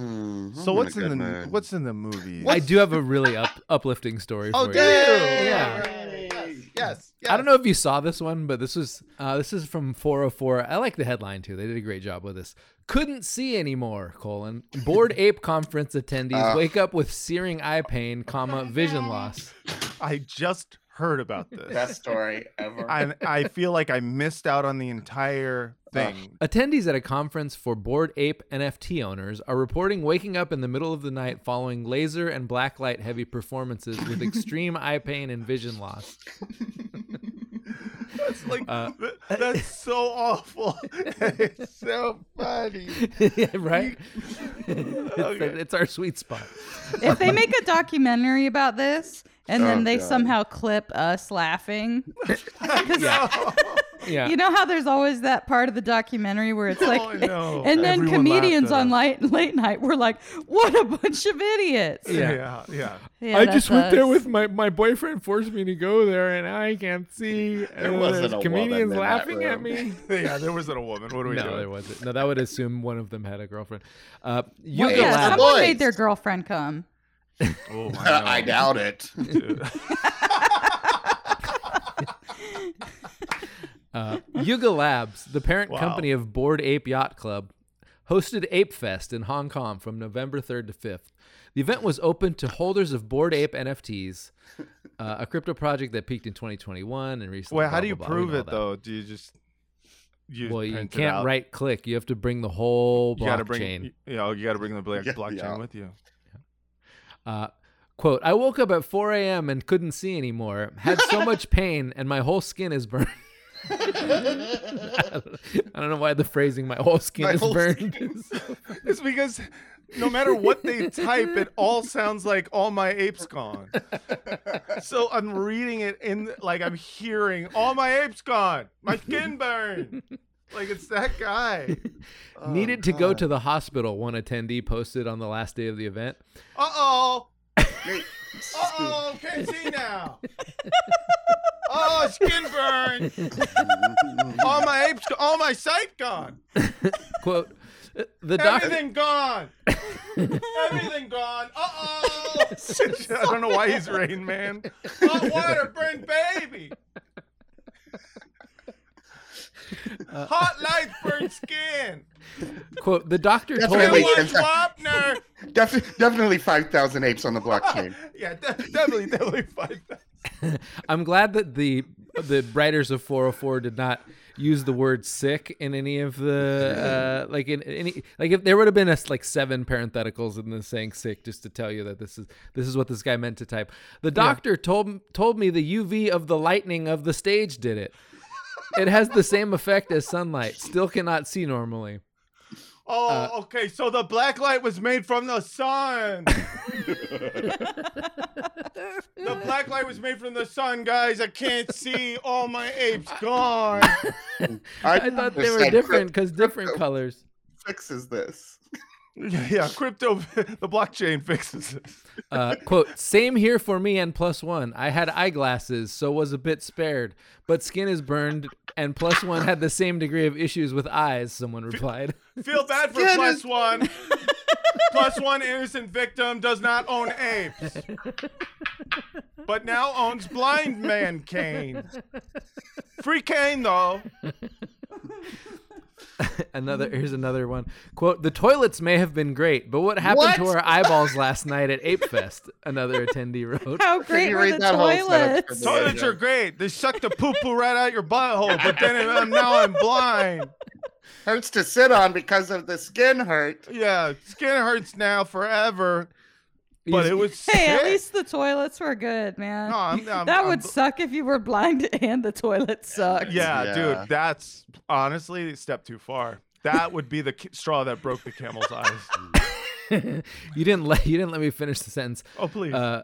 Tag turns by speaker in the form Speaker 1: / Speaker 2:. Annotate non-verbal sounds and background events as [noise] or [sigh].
Speaker 1: Mm,
Speaker 2: So
Speaker 1: I'm
Speaker 2: what's
Speaker 1: a
Speaker 2: in the
Speaker 1: good man.
Speaker 2: what's in the movie?
Speaker 3: I do have a really up, uplifting story
Speaker 1: Oh,
Speaker 3: for
Speaker 1: damn. Yeah.
Speaker 3: you. Yeah.
Speaker 1: Yes, yes,
Speaker 3: I don't know if you saw this one, but this was uh, this is from 404. I like the headline too. They did a great job with this. Couldn't see anymore, colon.
Speaker 1: [laughs]
Speaker 3: Bored ape conference attendees
Speaker 1: Ah.
Speaker 3: wake up with searing eye pain, comma, vision loss.
Speaker 2: I just heard about this.
Speaker 4: Best story ever.
Speaker 2: I I feel like I missed out on the entire thing.
Speaker 3: Attendees at a conference for bored ape NFT owners are reporting waking up in the middle of the night following laser and blacklight heavy performances with
Speaker 1: [laughs]
Speaker 3: extreme eye pain and vision loss. [laughs]
Speaker 2: That's like
Speaker 3: Uh,
Speaker 2: th- that's so
Speaker 5: [laughs]
Speaker 2: awful.
Speaker 1: it's so funny. [laughs]
Speaker 3: yeah, right? [laughs] it's,
Speaker 2: Okay.
Speaker 3: it's our sweet spot.
Speaker 5: If they make a documentary about this and then
Speaker 1: Oh,
Speaker 5: they
Speaker 1: God.
Speaker 5: somehow clip us laughing, 'Cause
Speaker 3: Yeah.
Speaker 5: you know how there's always that part of the documentary where it's [laughs] like,
Speaker 2: [laughs] Oh,
Speaker 5: eh,
Speaker 2: no.
Speaker 5: and
Speaker 2: Everyone
Speaker 5: then
Speaker 2: laughed
Speaker 5: comedians
Speaker 2: at
Speaker 5: on
Speaker 2: us.
Speaker 5: late late night were like, "What a bunch of idiots!"
Speaker 3: Yeah.
Speaker 2: yeah, yeah.
Speaker 5: Yeah,
Speaker 3: I
Speaker 5: that
Speaker 3: just went there
Speaker 5: sucks.
Speaker 3: with my my boyfriend forced me to go there and I can't see.
Speaker 4: There wasn't
Speaker 3: there's
Speaker 4: a woman in
Speaker 3: comedians
Speaker 4: that
Speaker 3: laughing
Speaker 4: room.
Speaker 3: at me.
Speaker 2: Yeah, there wasn't a woman. [laughs] What are we
Speaker 3: no, there
Speaker 2: doing?
Speaker 3: wasn't. No, that would assume one of them had a girlfriend. Uh, you
Speaker 1: Wait,
Speaker 3: go
Speaker 5: Yeah,
Speaker 1: Laugh.
Speaker 3: out.
Speaker 5: someone
Speaker 1: Boys.
Speaker 5: made their girlfriend come.
Speaker 2: Oh,
Speaker 1: [laughs]
Speaker 4: I doubt it.
Speaker 3: Uh, Yuga Labs, the parent
Speaker 2: Wow.
Speaker 3: company of Board Ape Yacht Club, hosted Ape Fest in Hong Kong from November 3rd to 5th. The event was open to holders of Board Ape NFTs, uh, a crypto project that peaked in 2021 and recently.
Speaker 2: Wait,
Speaker 3: blah,
Speaker 2: how do you
Speaker 3: blah, blah. We
Speaker 2: prove
Speaker 3: know
Speaker 2: it
Speaker 3: that.
Speaker 2: though? Do you just you
Speaker 3: Well, you
Speaker 2: print it
Speaker 3: can't
Speaker 2: out?
Speaker 3: right click. You have to bring the whole
Speaker 2: You gotta bring
Speaker 3: blockchain.
Speaker 2: y- yeah, you gotta bring the black,
Speaker 1: Yeah,
Speaker 2: blockchain
Speaker 1: yeah.
Speaker 2: with you.
Speaker 3: Uh, quote, I woke up at 4 a.m. and couldn't see anymore. Had
Speaker 1: [laughs]
Speaker 3: so much pain and my whole skin is burned. [laughs] I don't know why the phrasing "my whole skin
Speaker 1: My
Speaker 3: is
Speaker 1: whole
Speaker 3: burned"
Speaker 1: skin
Speaker 3: [laughs] is
Speaker 2: It's because no matter what they type, it all sounds like all my apes gone. So I'm reading it in like I'm hearing all my apes gone. My skin burned. Like it's that guy.
Speaker 1: Oh,
Speaker 3: Needed to go
Speaker 1: God.
Speaker 3: to the hospital, one attendee posted on the last day of the event.
Speaker 2: Uh oh.
Speaker 1: Wait.
Speaker 2: Uh oh. Can't see now. Oh, skin burned. All my apes. go- All my sight gone.
Speaker 3: Quote, the doctor.
Speaker 2: Everything gone. Everything gone. Uh oh. [laughs] I don't know why he's Rain Man. Hot water burned baby. Hot light burned skin.
Speaker 3: Quote, the doctor
Speaker 1: That's
Speaker 3: told
Speaker 1: what I
Speaker 3: me.
Speaker 1: wait,
Speaker 2: It was
Speaker 1: it's not-
Speaker 2: Wapner.
Speaker 1: Def- definitely 5,000 apes on the blockchain.
Speaker 2: [laughs] Yeah, de- definitely, definitely five.
Speaker 3: I'm glad that the the writers of 404 did not use the word sick in any of the uh, like in any like if there would have been a, s- like seven parentheticals in the saying sick just to tell you that this is this is what this guy meant to type. The doctor told told me the UV of the lightning of the stage did it. It has the same effect as sunlight. Still cannot see normally.
Speaker 2: Oh, okay. So the black light was made from the [laughs] sun. the black light was made from the sun, guys. I can't see. All my apes gone.
Speaker 3: I thought they were
Speaker 1: said
Speaker 3: different
Speaker 1: crypto
Speaker 3: because different colors.
Speaker 1: Fixes this.
Speaker 2: yeah, crypto. [laughs] The blockchain fixes it.
Speaker 3: Uh, quote, same here for me and plus one. I had eyeglasses, so was a bit spared, but skin is burned, and plus one had the same degree of issues with eyes, someone replied. [laughs]
Speaker 2: Feel bad for
Speaker 1: Skin
Speaker 2: plus
Speaker 1: is-
Speaker 5: [laughs]
Speaker 2: one. plus one innocent victim does not own apes, but now owns blind man Kane. Free Kane though.
Speaker 3: another here's another one. Quote, the toilets may have been great, but what happened to
Speaker 1: What?
Speaker 3: our eyeballs last night at Ape Fest? Another attendee wrote.
Speaker 5: How great
Speaker 1: you
Speaker 5: were
Speaker 1: read
Speaker 5: the
Speaker 1: that whole setup
Speaker 5: toilets?
Speaker 1: for me?
Speaker 2: Toilets are great. They suck the poo poo right out your butthole, but then I'm, now I'm blind.
Speaker 1: Hurts to sit on because of the skin hurt.
Speaker 2: Yeah, skin hurts now forever. [laughs] But
Speaker 3: [laughs]
Speaker 2: it was
Speaker 5: [laughs] Hey, at
Speaker 2: sick.
Speaker 5: least the toilets were good, man.
Speaker 2: No, I'm- I'm-
Speaker 5: that
Speaker 2: I'm-
Speaker 5: would suck if you were blind [laughs] and the toilet sucked.
Speaker 2: Yeah,
Speaker 1: Yeah.
Speaker 2: dude, that's honestly a step too far. That would be the ki- straw that broke the camel's eyes.
Speaker 3: you didn't let you didn't let me finish the sentence.
Speaker 2: Oh please.
Speaker 3: Uh,